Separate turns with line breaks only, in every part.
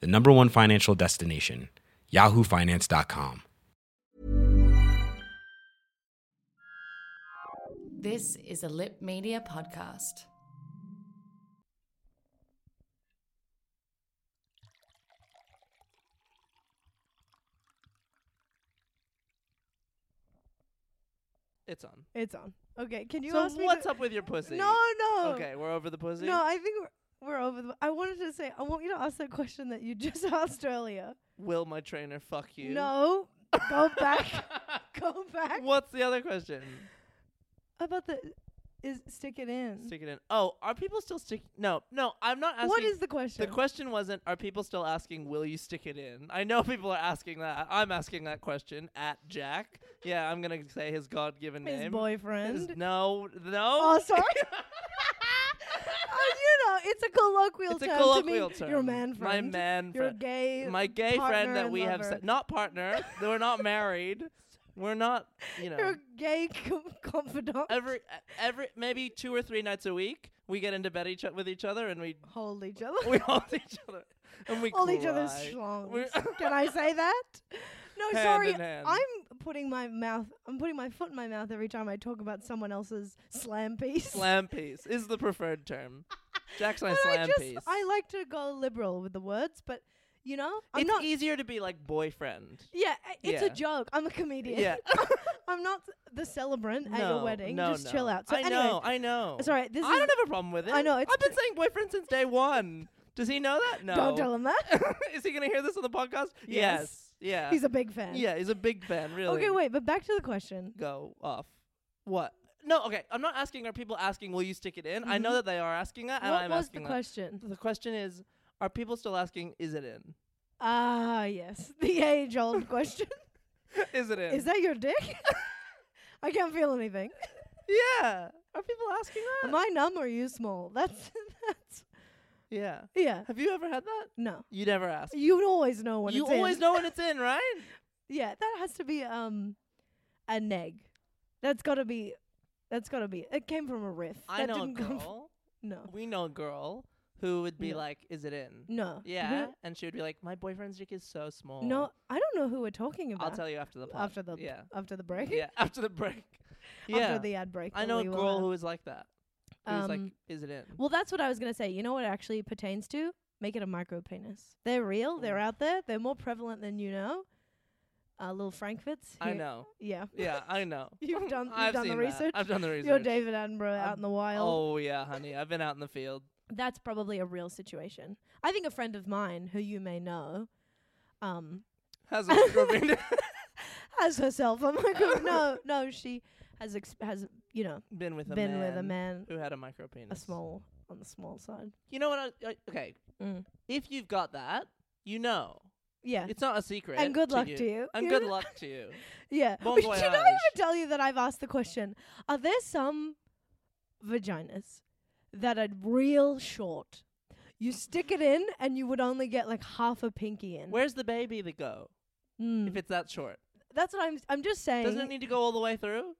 the number one financial destination, yahoofinance.com.
This is a Lip Media podcast.
It's on.
It's on. Okay, can you
so
ask me?
what's
to-
up with your pussy?
No, no.
Okay, we're over the pussy.
No, I think we're, we're over. The, I wanted to say I want you to ask that question that you just asked earlier.
Will my trainer fuck you?
No, go back, go back.
What's the other question?
about the is stick it in?
Stick it in. Oh, are people still stick? No, no. I'm not asking.
what is the question?
the question? Wasn't are people still asking? Will you stick it in? I know people are asking that. I'm asking that question at Jack. Yeah, I'm gonna say his God-given
His
name. His-
boyfriend.
no, no.
Oh, sorry. oh, you know, it's a colloquial
It's a
term
colloquial
to mean
term.
your man
My
friend.
man
Your
friend.
gay.
my gay
partner
friend that
and
we have
lover.
se- not partner we're not married we're not you know
Your gay com- confidant.
every every maybe two or three nights a week we get into bed each o- with each other and we
Hold each other.
we hold each other and we
All each other's
cry.
schlongs.
We're-
Can I say that? No,
Hand
sorry.
in hand.
I'm putting my mouth. I'm putting my foot in my mouth every time I talk about someone else's slam piece.
slam piece is the preferred term jack's my
But I
slam
just
piece
I like to go liberal with the words, but you know, I'm
it's
not.
easier to be like boyfriend
yeah, I- it's
Yeah.
a joke. I'm a comedian.
yeah
I'm not the celebrant at
No,
your wedding.
no,
just chill
no.
out. So
i
anyway,
know i know
Sorry, this
i
is-
don't have a problem with it
I know, it's
i've been
tr-
saying boyfriend since day one does he know that no
don't tell him that.
is he gonna hear this on the podcast?
Yes.
Yes. Yeah.
He's a big fan.
yeah. He's a big fan. Really.
Okay, wait, but back to the question.
Go off. What? No. Okay. I'm not asking. Are people asking? Will you stick it in? I know
Mhm.
that they are asking that, and
what
I'm
was the
asking that.
question?
The question is, are people still asking? Is it in?
Ah, yes, the age-old question.
is it in?
Is that your dick? I can't feel anything.
yeah. Are people asking that?
Am I numb or are you small? That's that's
yeah.
yeah.
Have you ever had that?
No,
You never ask.
you always know when
you
it's
always
in.
know when it's in, right?
Yeah, that has to be um a neg. That's got to be. That's got to be. It came from a riff.
I
that
know a
didn't come from-
girl.
no,
We know a girl who would be
No.
like, "Is it in?"
no.
Yeah, and she would be like, "My boyfriend's dick is so small."
Who- No, I don't know who we're talking about.
I'll tell you after the pod.
after the
yeah,
after the break.
yeah, after the break. Yeah,
After the ad break.
I
that
know a
we will
girl
have.
who is like that. Who's like,
Um,
is it in?
Well, that's what I was gonna say. You know what it actually pertains to? Make it a micro penis. They're real. They're
Mm.
out there. They're more prevalent than you know. Uh, little Frankfurts.
I
here-
know.
Yeah.
Yeah, I know.
You've done- you've
I've
done the
seen that.
research.
I've done the research.
You're David Attenborough
I'm-
out in the wild.
Oh yeah, honey. I've been out in the field.
That's probably a real situation. I think a friend of mine who you may know, um,
Has a scrubbing
as herself. I'm like, oh, no, no, she has ex- has you know
been with a
been
man
with a man,
who had a micro penis.
a small on the small side.
You know what? I, I, okay,
Mm.
if you've got that, you know
Yeah,
it's not a secret.
and good luck
you.
to you.
And
you
good
know?
luck to you.
Yeah.
Bon
Did I
voyage.
ever tell you that I've asked the question? Are there some vaginas that are real short? You stick it in, and you would only get like half a pinky in.
Where's the baby to go
Mm.
if it's that short?
That's what I'm. I'm just saying.
Doesn't it need to go all the way through?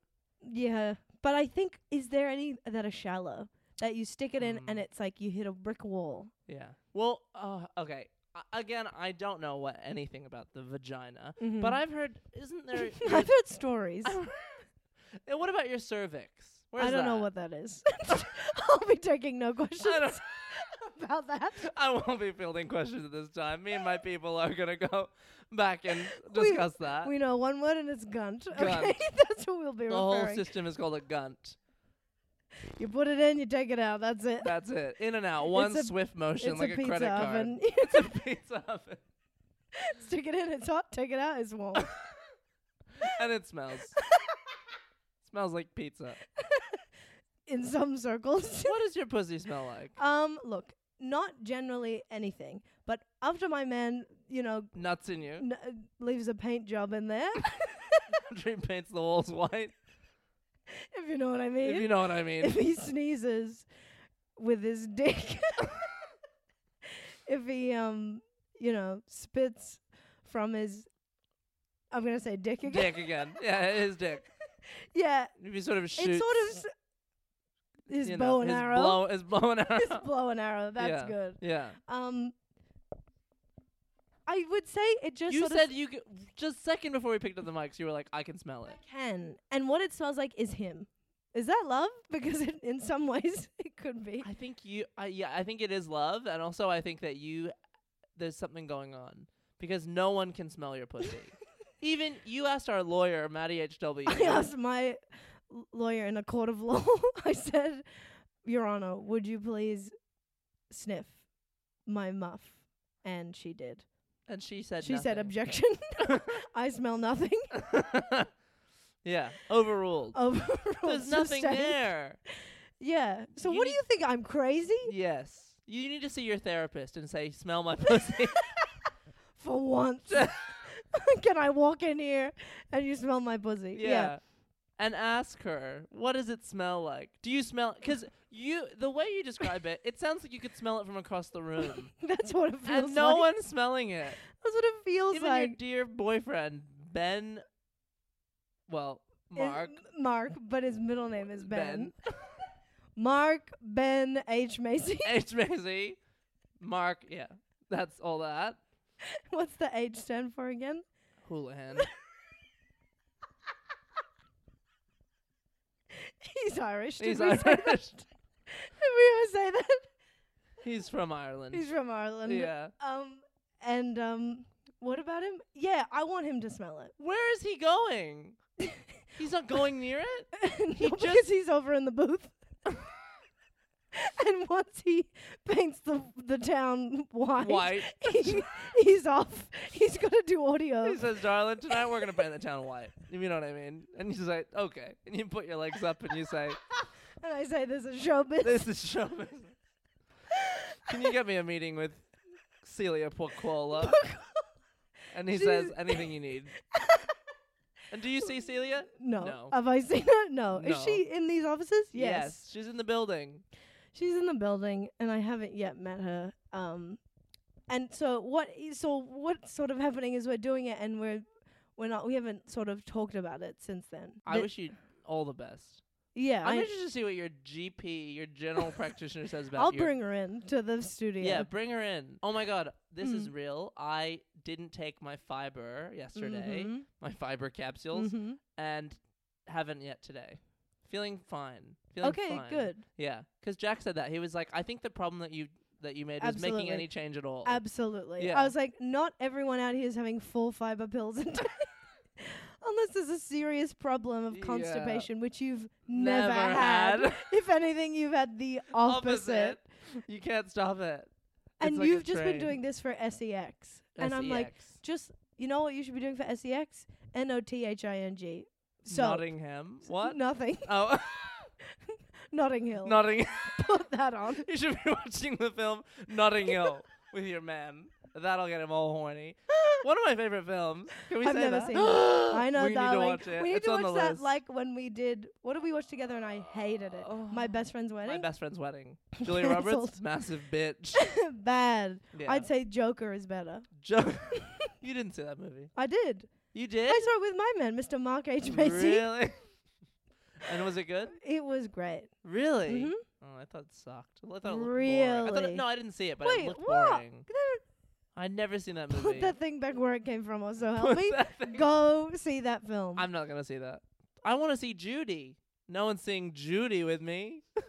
Yeah, but I think is there any that are shallow that you stick it in and
Mm.
it's like you hit a brick wall?
Yeah. Well, uh, okay. Uh, again, I don't know what anything about the vagina, but I've heard isn't there?
Mm-hmm. Hmm. I've
your-
heard stories.
I- And what about your cervix? Where's
I don't know
that?
what that is. I'll be taking no
I
questions
don't.
about that.
I won't be fielding questions at this time. Me and my people are gonna go back and
We-
discuss that.
We know one word and it's gunt. Okay,
Uh, Gunt.
that's what we'll be
the whole
referring.
system is called a gunt.
You put it in, you take it out. That's it.
That's it. In and out, one
a-
swift motion
it's
like
a
a,
pizza
credit card.
oven.
it's a pizza oven,
stick it in, it's hot. Take it out, it's warm.
and it smells. smells like pizza.
in some circles.
What does your pussy smell like?
um, look, not generally anything, but after my man, you know,
Nuts in you.
n- uh, leaves a paint job in there,
Dream paints the walls white.
if you know what I mean.
If you know what I
if
mean.
he sneezes with his dick, if he um, you know, spits from his, I'm gonna say dick again.
dick again. Yeah, his dick.
Yeah,
If he sort of shoots.
it's sort of s- his
you
bow
know,
and
his
arrow.
Blow, his blow and arrow.
his blow and arrow. That's
Yeah.
good.
Yeah.
Um, I would say it just
You
sort
said
of
you could, just second before we picked up the mics, you were like, I can smell it.
can, and what it smells like is him. Is that love? Because it, in some ways it could be.
I think you, I, yeah, I think it is love, and also I think that you, there's something going on because no one can smell your pussy. Even you asked our lawyer, Maddie H W.
I asked my l- lawyer in a court of law. I said, "Your Honor, would you please sniff my muff?" And she did.
and she said,
she said,
nothing.
"Objection! I smell nothing."
yeah, overruled.
Overruled.
there's nothing
sustained.
there.
Yeah. So
You
what
need-
do you think? I'm crazy
Yes, you need to see your therapist and say, smell my pussy.
for once. Can I walk in here and you smell my pussy?
yeah. And ask her, what does it smell like? Do you smell? Because you, the way you describe it, it sounds like you could smell it from across the room,
That's what it feels
and no
like.
one's smelling it.
That's what it feels
Even
like.
your dear boyfriend Ben, well,
Is-
Mark
Mark, but his middle name is Ben. Mark Ben H Macy.
H Macy, Mark. Yeah, that's all that.
What's the H stand for again?
Houlihan.
He's Irish. Did
He's
we Say that?
Irish.
Did we ever say that?
He's from Ireland.
He's from Ireland.
yeah.
Um. And um. What about him? Yeah, I want him to smell it.
Where is he going? He's not going near it.
he just because
just-
he's over in the booth. and once he paints the the town white,
White.
he- he's off. He's got to do audio.
He says, "Darling, tonight we're gonna paint the town white." If you know what I mean. And you say, "Okay." And you put your legs up and you say,
and I say, "There's a showbiz."
"This is show business. Can you get me a meeting with Celia Porcola?" And he says,
She's-
"Anything you need." And do you see Celia?
no.
No.
Have I seen her? No. Is
No.
she in these offices? Yes.
She's in the building.
She's in the building, and I haven't yet met her. Um, and so what? i- So what's sort of happening is we're doing it, and we're we're not. We haven't sort of talked about it since then.
I
But-
wish you all the best.
Yeah.
I'm
I-
interested to see what your GP, your general practitioner, says about
I'll
your
bring her in to the studio.
Yeah, bring her in. Oh my god, this is
Mm.
real. I didn't take my fiber yesterday,
Mhm.
my fiber capsules,
Mhm.
and haven't yet today. Feeling fine. Feeling
Okay,
fine.
good.
Yeah, because Jack said that he was like, I think the problem that you that you made was making
Absolutely.
any change at all.
Absolutely.
Yeah.
I was like, not everyone out here is having full fiber pills a day. Unless there's a serious problem of
Yeah.
constipation, which you've
Never
never, had.
had.
if anything, you've had the opposite.
You can't stop it.
And
It's like a
you've just been
train. E
doing this for SEX. And I'm like,
SEX.
just, you know what you should be doing for SEX? N O T H I N G. So,
Nottingham. What?
Nothing.
Oh,
Notting Hill.
Notting.
Put that on.
You should be watching the film Notting Hill with your man. That'll get him all horny. One of my favorite films. Can we
I've
say
never
that?
seen it. I know,
we need to
darling.
watch it.
We need
it's
to
on
watch
the
that
list. Oh.
like when we did. What did we watch together? And I hated it. My best friend's
my
wedding.
best friend's wedding. Julia
Cancelled.
Roberts, massive bitch.
Bad.
Yeah.
I'd say Joker is better.
Jo- you didn't see that movie.
I did.
You did?
I saw it with my man, Mr. Mark H. Macy.
Really? and was it good?
It was great.
Really?
Mhm.
Oh, I thought it sucked. I thought it looked boring. I thought it,
Really?
no, I didn't see it, but it
Wait,
looked
what?
boring.
There-
I'd never seen that
Put
movie.
that thing back where it came from. Also,
Put
help me.
that thing-
Go see that film.
I'm not gonna see that. I want to see Judy. No one's seeing Judy with me,
I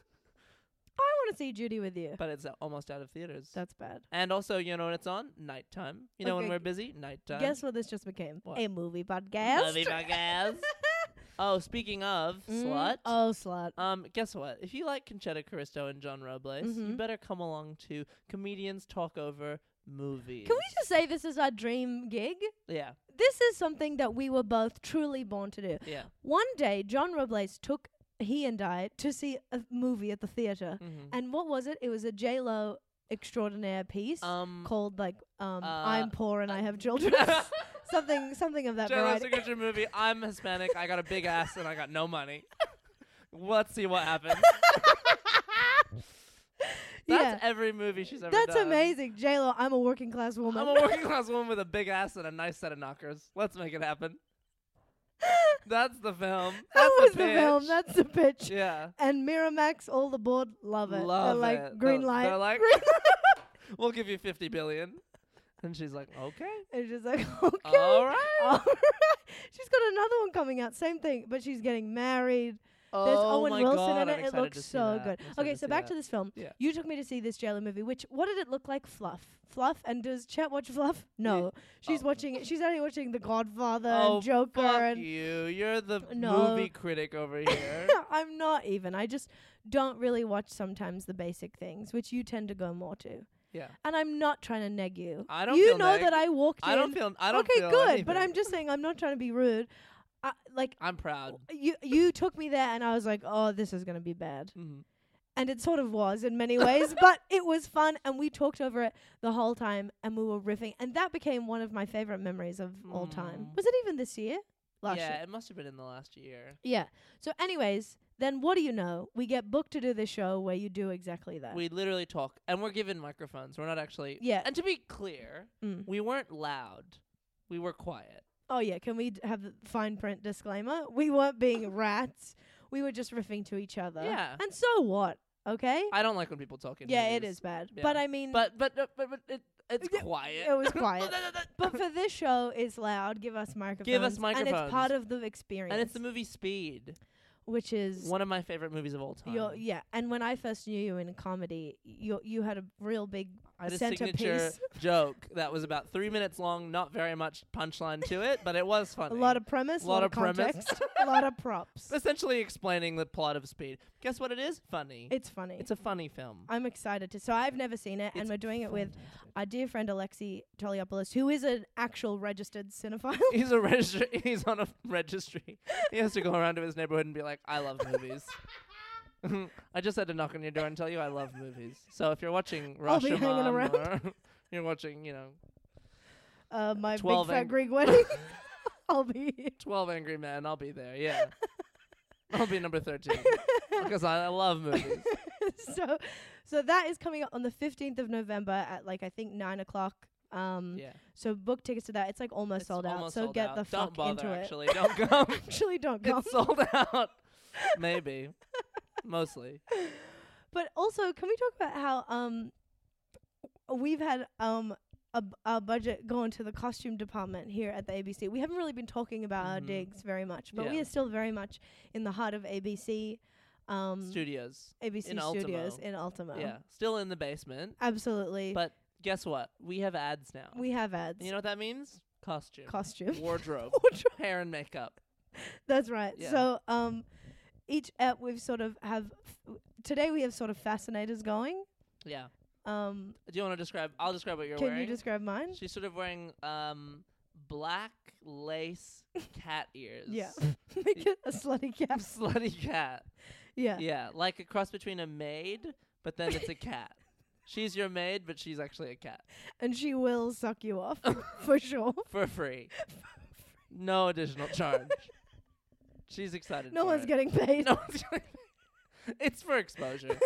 want to see Judy with you.
but it's uh, almost out of theaters.
That's bad.
and also, you know when it's on? Nighttime. You know when
Okay,
we're busy? Nighttime.
Guess what this just became?
What?
A movie podcast.
Movie podcast. Oh, speaking of
Mm.
slut.
Oh, slut.
Um, guess what? If you like Conchetta Caristo and John Robles, you
Mhm.
better come along to comedians talk over movies.
Can we just say this is our dream gig?
Yeah,
this is something that we were both truly born to do.
yeah.
One day, John Robles took he and I to see a movie at the theater,
Mm-hmm.
and what was it? It was a J Lo extraordinaire piece
Um,
called like um,
uh,
"I'm Poor and I Have Children," something something of that
General
variety.
signature movie. I'm Hispanic. I got a big ass and I got no money. Let's see what happens.
yeah,
That's every movie she's ever
that's
done.
amazing. J Lo, I'm a working class woman.
I'm a working class woman with a big ass and a nice set of knockers. Let's make it happen. That's the film.
that
That's
was
the,
the film.
pitch.
That's the pitch.
yeah.
And Miramax, all the board, love it.
Love
they're like
it.
green
They're-
light.
they're like-
green light.
We'll give you 50 billion. And she's like, okay.
It's just like okay.
All right.
All right. She's got another one coming out. Same thing, but she's getting married. There's
oh
Owen
my
Wilson
God, I'm
in it. It
excited to
looks
see
so
that.
good.
I'm excited
Okay, so
see
back
that.
to this film.
Yeah.
You took me to see this jailer movie, which what did it look like? Fluff. Fluff and does Chet watch Fluff? No. She's
Oh.
watching she's only watching The Godfather
Oh,
and Joker
Fuck
and
you. You're the
No.
movie critic over here.
I'm not even. I just don't really watch sometimes the basic things, which you tend to go more to.
yeah.
And I'm not trying to neg you.
I don't
you
feel
know
neg-
that I walked
I
in
don't feel. I don't
okay,
feel
good.
anything.
But I'm just saying, I'm not trying to be rude. I, like
I'm proud.
you, you took me there, and I was like, oh, this is gonna be bad,
Mhm.
and it sort of was in many ways. but it was fun, and we talked over it the whole time, and we were riffing, and that became one of my favorite memories of all time.
Mm.
Was it even this year? Last
yeah,
year.
it must have been in the last year.
Yeah. So, anyways, then what do you know? We get booked to do this show where you do exactly that.
We literally talk, and we're given microphones. We're not actually.
Yeah.
And to be clear,
Mm.
we weren't loud. We were quiet.
Oh yeah, can we d- have the fine print disclaimer? We weren't being rats. We were just riffing to each other.
Yeah.
And so what? Okay.
I don't like when people talk in
yeah, it
movies.
is bad.
Yeah.
But I mean,
But but but but, but it, it's
Yeah,
quiet.
it was quiet. but for this show, it's loud. Give us microphones. And it's
microphones.
part of the experience.
and it's the movie Speed,
which is
one of my favorite movies of all time.
your yeah. And when I first knew you in comedy, you you had a real big
I
uh,
had a
centerpiece.
signature joke that was about three minutes long, not very much punchline to it, but it was
A
funny.
lot of premise,
Lot of premise.
context, a lot of props.
essentially explaining the plot of Speed. Guess what? It is funny.
It's funny.
It's a funny film.
I'm excited to. So I've never seen it, and
It's
we're doing it with
fantastic.
our dear friend Alexi Toliopoulos, who is an actual registered cinephile.
He's a registry. He's on a registry. He has to go around to his neighborhood and be like, "I love movies." I just had to knock on your door and tell you I love movies. So if you're watching
I'll be hanging
Rashomon
around.
or you're watching, you know,
uh, my big
12
fat
ang-
Greek wedding. I'll be here.
Twelve Angry Men, I'll be there. Yeah, I'll be number thirteen because I, I love movies.
so, so that is coming up on the 15th of November at like I think nine o'clock. Um,
Yeah,
so book tickets to that. It's like almost
It's
sold out.
almost
So
sold
get
out.
the
Don't
fuck
bother,
into
Actually, don't come.
it. Actually, don't Mm. go.
it's sold out. Maybe, mostly.
But also, can we talk about how um we've had um a, b- our budget going to the costume department here at the ABC. We haven't really been talking about our
Mhm.
digs very much, but we
Yeah.
are still very much in the heart of ABC. Um,
Studios.
ABC
in
Studios
Ultimo.
in Ultimo.
Yeah, still in the basement.
absolutely.
But guess what? We have ads now.
we have ads.
you know what that means? Costume,
costume.
wardrobe,
Wardrobe.
hair and makeup.
That's right.
Yeah.
So um, each ep we've sort of have today we have sort of fascinators going.
Yeah.
Um,
Do you want to describe? I'll describe what you're
can
wearing.
you describe mine?
She's sort of wearing um black lace cat ears.
Yeah, make it a slutty cap.
Slutty cat.
Yeah.
Yeah. like a cross between a maid, but then it's a cat. She's your maid, but she's actually a cat
and she will suck you off for sure.
for free. No additional charge. She's excited.
No
for
one's
it.
getting paid.
No one's getting. it's for exposure.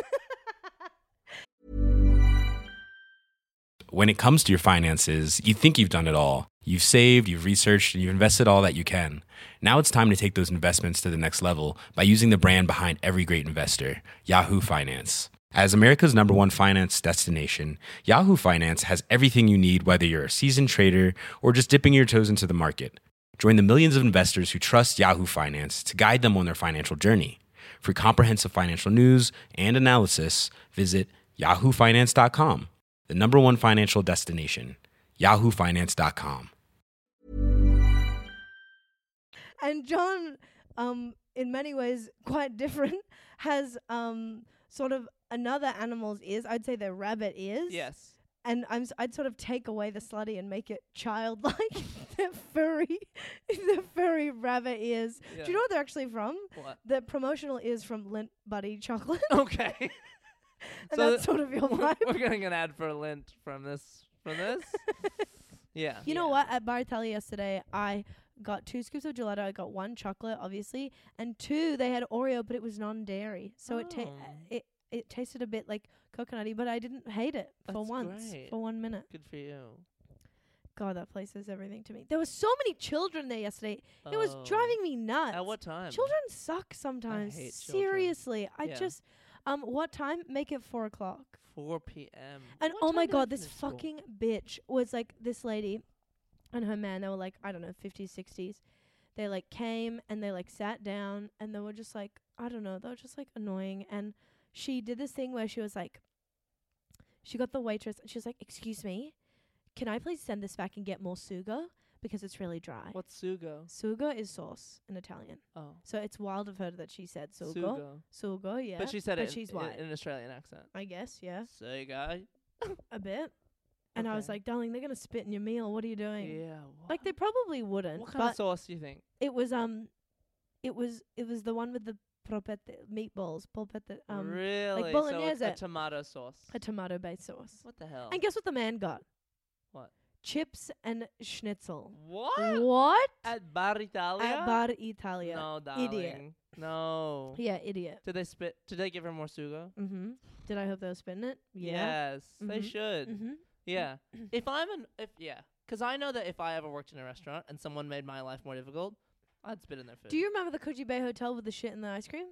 when it comes to your finances, you think you've done it all. You've saved, you've researched, and you've invested all that you can. Now it's time to take those investments to the next level by using the brand behind every great investor, Yahoo Finance. As America's number one finance destination, Yahoo Finance has everything you need, whether you're a seasoned trader or just dipping your toes into the market. Join the millions of investors who trust Yahoo Finance to guide them on their financial journey. For comprehensive financial news and analysis, visit yahoofinance.com, the number one financial destination, yahoofinance.com.
and John, um, in many ways quite different, has um sort of another animal's ears. I'd say they're rabbit ears.
yes.
And I'm s- I'd sort of take away the slutty and make it childlike. they're furry, they're furry rabbit ears.
Yeah.
Do you know what they're actually from?
What?
The promotional ears from Lint Buddy Chocolate.
Okay.
and
So
that's sort of your
we're,
vibe.
we're getting an ad for lint from this from this. yeah.
You know what? At Baritelli yesterday, I got two scoops of gelato. I got one chocolate, obviously, and two they had Oreo, but it was non-dairy, so it ta- eh,
Oh.
it it tasted a bit like coconutty, but I didn't hate it for
That's
once,
great.
for one minute.
Good for you.
God, that place is everything to me. There were so many children there yesterday. It was
Oh.
driving me nuts.
At what time?
Children suck sometimes.
hate children.
Seriously, I
Yeah.
just um, what time? Make it four o'clock.
4 p.m.
And
What
oh
time
my
do they
god, this
finish school?
fucking bitch was like this lady and her man, they were like, I don't know, 50s, 60s. They like came and they like sat down and they were just like, I don't know, they were just like annoying. And she did this thing where she was like, she got the waitress and she was like, Excuse me, can I please send this back and get more sugo? Because it's really dry.
What's Sugo?
Sugo is sauce in Italian.
Oh.
So it's wild of her that she said sugo. Sugo,
Sugo.
yeah.
But she said
But
it in-
she's
in,
white.
in an Australian accent.
I guess, yeah.
Sugo.
A bit. And I was
Okay.
like, darling, they're gonna spit in your meal. What are you doing?
Yeah. What?
Like they probably wouldn't.
what kind
but
of sauce do you think?
it was um it was it was the one with the propete meatballs, polpette um
really? So
bolognese.
it's a tomato sauce.
a tomato based sauce.
what the hell?
And guess what the man got?
What?
Chips and schnitzel.
what?
What?
At Bar Italia?
At Bar Italia.
No, darling. No.
Yeah, idiot.
Did they spit? Did they give her more sugo?
Mm-hmm. Did I hope they were spitting it?
Yes, they
Mhm.
should.
Mm-hmm.
Yeah. if I'm an if yeah, 'cause I know that if I ever worked in a restaurant and someone made my life more difficult, I'd spit in their food.
Do you remember the Koji Bay Hotel with the shit in the ice cream?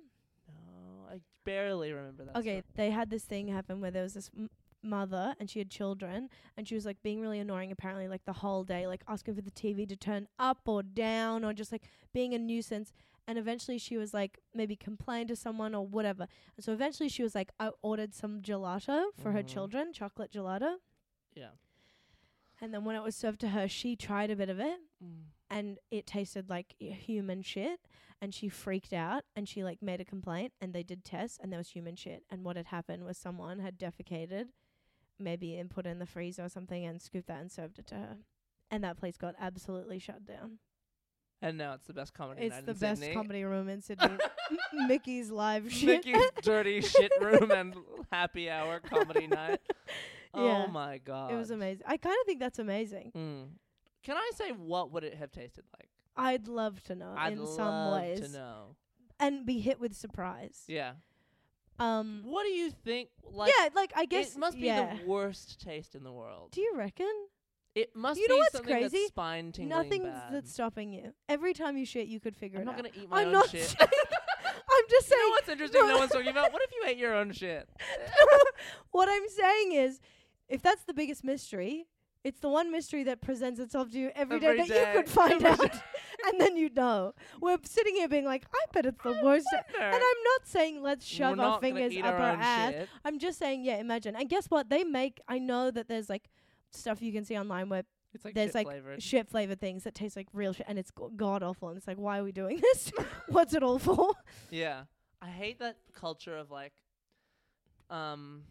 No, I barely remember that.
okay,
story.
they had this thing happen where there was this m- mother and she had children and she was like being really annoying apparently like the whole day like asking for the TV to turn up or down or just like being a nuisance and eventually she was like maybe complained to someone or whatever. And so eventually she was like I ordered some gelato for her
Mhm.
children, chocolate gelato.
Yeah.
And then when it was served to her, she tried a bit of it
Mm.
and it tasted like y- human shit and she freaked out and she like made a complaint and they did tests and there was human shit and what had happened was someone had defecated maybe and put it in the freezer or something and scooped that and served it to her and that place got absolutely shut down
And now it's the best comedy
it's
night
the
in
best
Sydney.
comedy room in sydney mickey's live shit
Mickey's dirty shit room and happy hour comedy night.
Yeah.
Oh my god.
it was amazing i kind of think that's amazing
Mm. Can I say what would it have tasted like?
i'd love to know
I'd
uh, in
love
some ways
to know.
and be hit with surprise
Yeah.
um
What do you think? Like,
yeah like i guess
it must be
yeah.
the worst taste in the world.
do you reckon
It must
You
be
know what's
something
crazy?
that's spine tingling
Nothing's
bad.
that's stopping you. Every time you shit, you could figure
I'm
it
not
out.
gonna eat my
I'm
own
not
shit.
saying- I'm just saying.
you know what's interesting? No.
No.
one's talking about. What if you ate your own shit?
what I'm saying is, if that's the biggest mystery, it's the one mystery that presents itself to you every day
Every
that
day.
you could find
Every
out, and then you know. We're sitting here being like, I bet it's the worst. And I'm not saying let's
We're
shove our
not gonna
fingers
eat
up
our
our
own
ass.
shit.
I'm just saying, yeah, imagine. And guess what? They make. I know that there's like stuff you can see online where
It's like
there's
shit
like
flavored.
shit flavored things that taste like real shit and it's god awful and it's like why are we doing this what's it all for
Yeah, I hate that culture of like, um,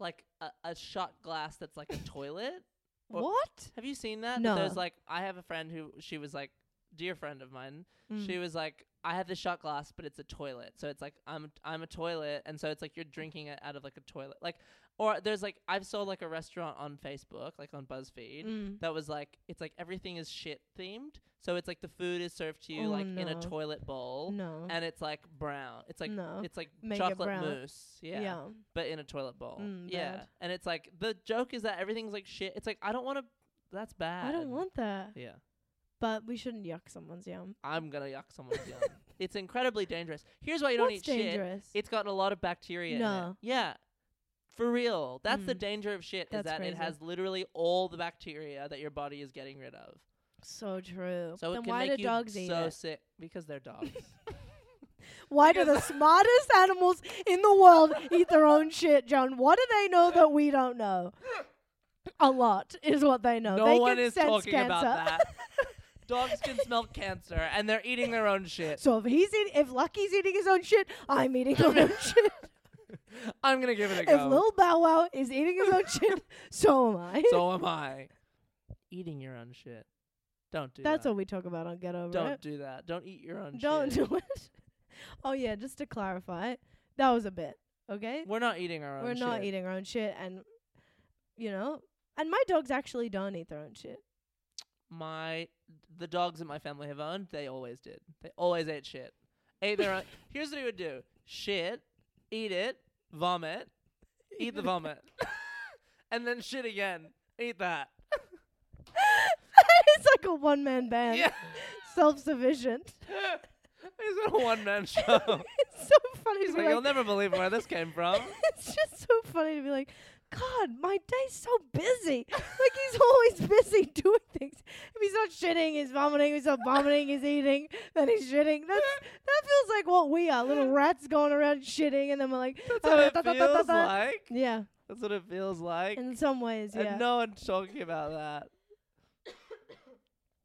like a, a shot glass that's like a toilet. Well,
what
Have you seen that?
No.
That There's like I have a friend who she was like dear friend of mine.
Mm.
She was like I have this shot glass, but it's a toilet. So it's like I'm I'm a toilet, and so it's like you're drinking it out of like a toilet. Like or there's like I've saw like a restaurant on Facebook, like on BuzzFeed.
Mm.
That was like it's like everything is shit themed. So it's like the food is served to you
Oh,
like in a
no.
toilet bowl,
no
and it's like brown. It's like
No.
it's like
Make it
chocolate
brown.
mousse.
yeah,
yeah but in a toilet bowl.
Mm,
yeah.
bad.
And it's like the joke is that everything's like shit. It's like I don't want to. That's bad.
i don't want that
Yeah,
but we shouldn't yuck someone's yum
I'm gonna yuck someone's yum. It's incredibly dangerous. Here's why you don't
what's
eat shit.
dangerous
It's gotten a lot of bacteria. In it.
No.
Yeah. For real, that's the
Mm.
danger of shit. is
That's
that
crazy.
it has literally all the bacteria that your body is getting rid of.
so true
So
then
it can
why
make
do
you
dogs eat
so
it
sick because they're dogs.
why do the
because-
smartest animals in the world eat their own shit john what do they know that we don't know a lot is what they know
no
they
one
can
is
sense
talking
cancer.
about that. dogs can smell cancer and they're eating their own shit.
So if he's eating, if Lucky's eating his own shit, I'm eating my own shit.
I'm gonna give it a go.
If Lil Bow Wow is eating his own shit, so am I.
so am I. Eating your own shit. Don't do
That's
that.
what we talk about on Get Over
Don't
It.
do that. Don't eat your own
Don't
shit.
do it. Oh yeah, just to clarify, that was a bit. Okay?
We're not eating our own.
We're not
shit.
eating our own shit and you know and my dogs actually don't eat their own shit.
My the dogs that my family have owned, they always did. They always ate shit. Ate their own. Here's what he would do: shit, eat it, vomit, eat the vomit, and then shit again, eat that.
it's like a one man band.
Yeah.
Self sufficient.
He's got a one man show.
it's so funny
He's
to be
like,
like,
you'll never believe where this came from.
it's just so funny to be like, God, my day's so busy. Like he's always busy doing things. If he's not shitting, he's vomiting. If he's not vomiting, he's eating. Then he's shitting. That's that feels like what we are, little rats going around shitting, and then we're like, uh,
That's what it
"Da, da, da, da,
feels
da."
like.
yeah.
That's what it feels like.
In some ways, yeah.
And no one's talking about that.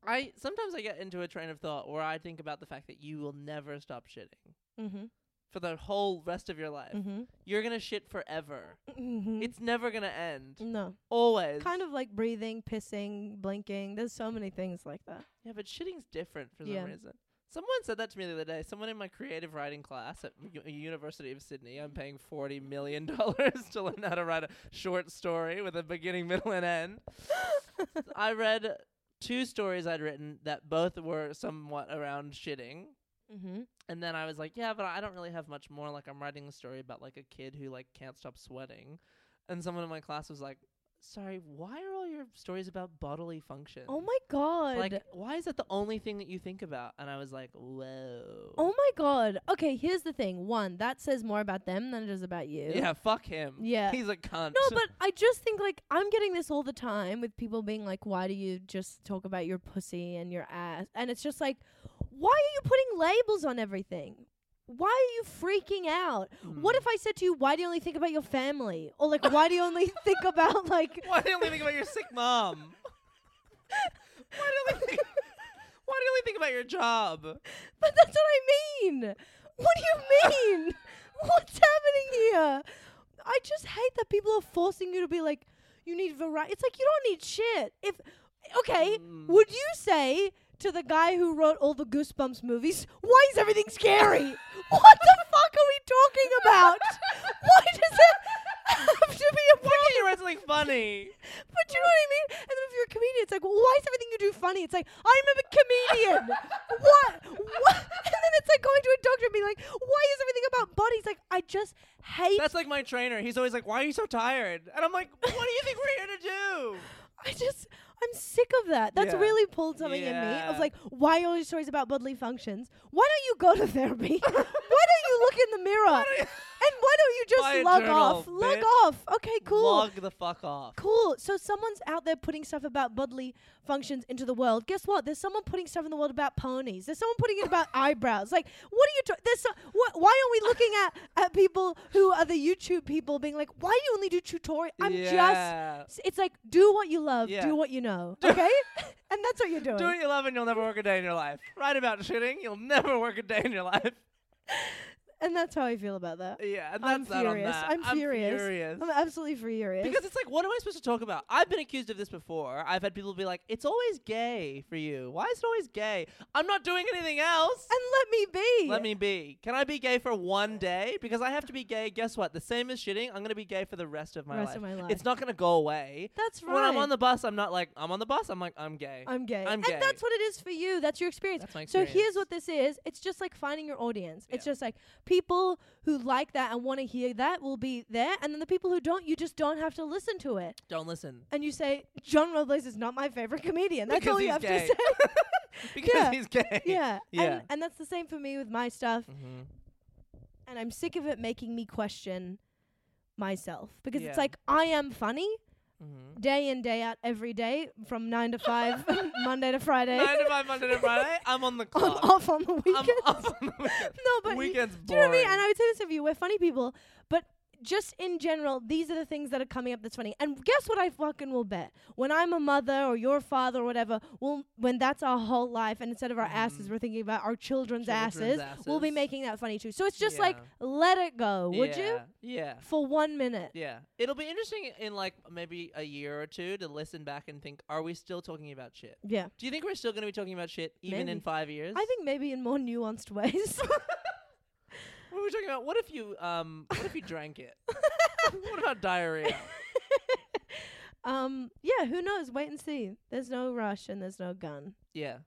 I sometimes I get into a train of thought where I think about the fact that you will never stop shitting
mm-hmm.
for the whole rest of your life.
Mm-hmm.
You're gonna shit forever.
Mm-hmm.
It's never gonna end.
no,
Always.
kind of like breathing, pissing, blinking. There's so many things like that.
Yeah, but shitting's different for some
Yeah.
reason. Someone said that to me the other day. Someone in my creative writing class at U- University of Sydney. I'm paying forty million dollars to learn how to write a short story with a beginning, middle, and end. I read two stories I'd written that both were somewhat around shitting.
mm-hmm.
And then I was like, yeah, but I don't really have much more. Like, I'm writing a story about like a kid who like can't stop sweating. And someone in my class was like, sorry, why are all your stories about bodily function?
Oh my god.
Like, why is that the only thing that you think about? And I was like, whoa.
Oh my god. Okay, here's the thing. One, that says more about them than it does about you.
yeah, fuck him.
Yeah.
He's a cunt.
No, but I just think like I'm getting this all the time with people being like, "Why do you just talk about your pussy and your ass?" And it's just like, why are you putting labels on everything? Why are you freaking out? What
Mm.
if I said to you, "Why do you only think about your family?" Or like, "Why do you only think about like?"
why do you only think about your sick mom? why do you only think, why do you only think about your job?
But that's what I mean. What do you mean? What's happening here? I just hate that people are forcing you to be like, you need variety. It's like you don't need shit. If okay, would you say to the guy who wrote all the Goosebumps movies, why is everything scary? what the fuck are we talking about? why does it have to be a problem?
You're wrestling funny.
But do you know what I mean? And then if you're a comedian, it's like, well, why is everything you do funny? It's like, I'm a comedian. what? What? And then it's like going to a doctor and being like, why is everything about bodies? Like, I just hate.
That's like my trainer. He's always like, "Why are you so tired?" And I'm like, "What do you think we're here to do?"
I just, I'm sick of that. That's
Yeah.
really pulled something in me of
Yeah.
like, why are all your stories about bodily functions? Why don't you go to therapy? why don't you look in the mirror?
don't you-
and why don't you
Buy
just
a
log
journal,
off? Log
bitch.
off. Okay, cool.
Log the fuck off.
Cool. So someone's out there putting stuff about bodily functions into the world. Guess what? There's someone putting stuff in the world about ponies. There's someone putting it about eyebrows. Like, what are you? Ta- there's so- wh- why aren't we looking at at people who are the YouTube people being like, why do you only do tutorial? I'm
Yeah.
just. It's like do what you love,
Yeah.
do what you know, okay? and that's what you're doing.
Do what you love, and you'll never work a day in your life. Right about shitting, you'll never work a day in your life.
and that's how I feel about that.
Yeah, and that's
I'm
that on
furious.
that.
I'm furious.
furious.
I'm absolutely furious.
Because it's like, what am I supposed to talk about? I've been accused of this before. I've had people be like, "It's always gay for you. Why is it always gay? I'm not doing anything else."
and let me be.
Let me be. Can I be gay for one day? Because I have to be gay. Guess what? The same as shitting. I'm gonna be gay for the rest of my
Rest
life.
of my life.
It's not gonna go away.
That's right.
When I'm on the bus, I'm not like I'm on the bus. I'm like I'm gay.
I'm gay.
I'm gay.
And that's what it is for you. That's your experience.
That's my
So here's
experience.
what this is. It's just like finding your audience. It's
Yeah.
just like people who like that and want to hear that will be there. And then the people who don't, you just don't have to listen to it.
Don't listen
And you say, John Robles is not my favorite comedian. That's
Because
all you
he's
have to
gay.
say.
because
Yeah.
he's gay.
yeah.
Yeah.
And, and that's the same for me with my stuff.
Mhm.
And I'm sick of it making me question myself because
Yeah.
it's like I am funny
Mhm.
day in, day out, every day from nine to five, Monday to Friday.
Nine to five, Monday to Friday. I'm on the
I'm
clock.
off on the weekend.
off on the weekend.
no, but y-
Weekends
Do you know what I mean?
boring.
And I would say this of you. We're funny people, but just in general, these are the things that are coming up that's funny. And guess what? I fucking will bet when I'm a mother or your father or whatever, we'll when that's our whole life, and instead of our asses, we're thinking about our children's, asses,
Mm-hmm. Children's
We'll be
asses.
making that funny too. So it's just like
Yeah.
let it go, would you?
you? Yeah.
For one minute.
Yeah. It'll be interesting in like maybe a year or two to listen back and think, are we still talking about shit?
Yeah.
Do you think we're still going to be talking about shit even
Maybe.
in five years?
I think maybe in more nuanced ways.
We'll were talking about. What if you um? What if you drank it? What about diarrhea?
um, yeah, who knows? Wait and see. There's no rush and there's no gun.
Yeah,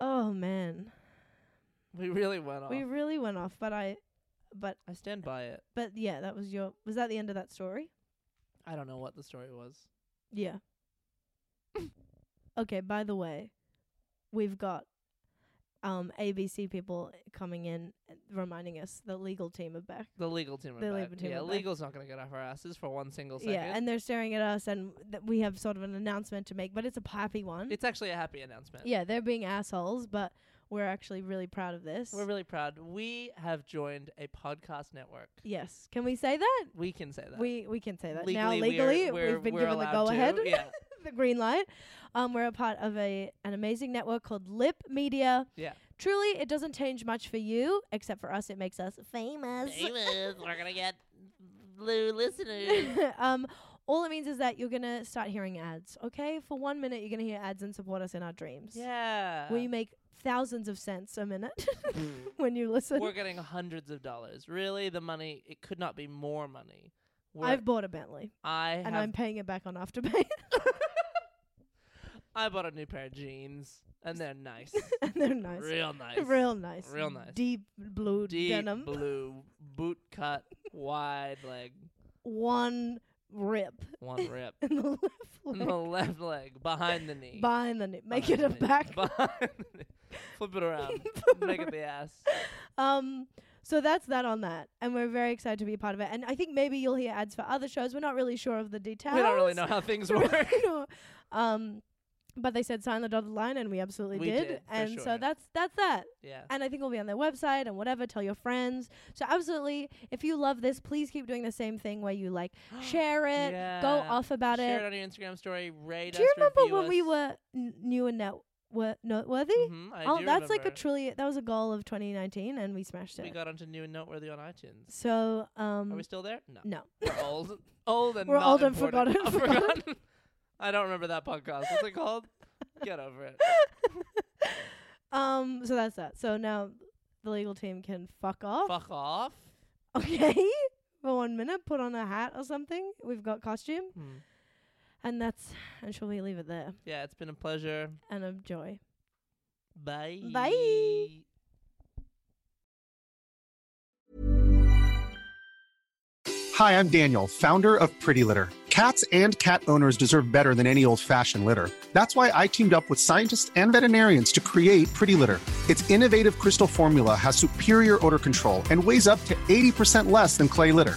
Oh man,
we really went off.
we really went off. But I, but
I stand by it.
but yeah, that was your. Was that the end of that story?
I don't know what the story was.
Yeah. okay, by the way, we've got um ABC people coming in uh, reminding us the legal team are back.
The legal team. Are
The
back.
legal team
Yeah,
are back.
legal's not going to get off our asses for one single second.
Yeah, and they're staring at us and th- we have sort of an announcement to make, but it's a happy one.
it's actually a happy announcement.
yeah, they're being assholes, but we're actually really proud of this.
We're really proud. We have joined a podcast network.
yes. Can we say that?
We can say that.
We we can say that.
legally,
now
we are-
legally,
we're-
have been
we're
given the
allowed
go
to.
ahead.
Yeah,
the green light. Um, we're a part of a an amazing network called Lip Media.
Yeah.
Truly, it doesn't change much for you, except for us, it makes us famous.
Famous. We're gonna get blue listeners.
um, all it means is that you're gonna start hearing ads. Okay, for one minute, you're gonna hear ads and support us in our dreams.
yeah.
We make thousands of cents a minute when you listen.
We're getting hundreds of dollars. Really, the money it could not be more money. We're,
I've bought a Bentley,
I
and
have-
I'm paying it back on afterpay,
I bought a new pair of jeans, and they're nice,
and they're nice,
real nice,
real nice,
Real nice.
deep blue
deep
denim,
blue boot cut, wide leg,
one rip
one rip,
in the left leg.
and the left leg behind the knee.
Behind the knee. Make it
Behind the
a
knee.
back.
Behind the knee. Flip it around. Make it the ass.
Um, so that's that on that. And we're very excited to be a part of it. And I think maybe you'll hear ads for other shows. We're not really sure of the details.
We don't really know how things work.
No. Um, but they said sign the dotted line, and we absolutely
We did, for
and so
sure.
that's that's that.
yeah.
And I think we'll be on their website and whatever. Tell your friends. So absolutely, if you love this, please keep doing the same thing where you like share it, go
Yeah.
off about
Share it
it.
on your Instagram story. Rate
Do you
us,
remember
review
when we
us.
were n- new and net were noteworthy?
Mhm, I
oh,
do
that's like a
remember.
truly that was a goal of 2019, and we smashed it.
We got onto new and noteworthy on iTunes.
so um,
Are we still there? No.
no,
We're old. Old and
We're
not
old and
important.
forgotten.
I've forgotten. I don't remember that podcast. What's it called? Get over it.
um, so that's that. So now the legal team can fuck off.
Fuck off.
Okay, for one minute, put on a hat or something. We've got costume,
Hmm.
and that's and shall we leave it there?
Yeah, it's been a pleasure.
And of joy.
Bye.
Bye.
Hi, I'm Daniel, founder of Pretty Litter. Cats and cat owners deserve better than any old fashioned litter. That's why I teamed up with scientists and veterinarians to create Pretty Litter. Its innovative crystal formula has superior odor control and weighs up to 80% less than clay litter.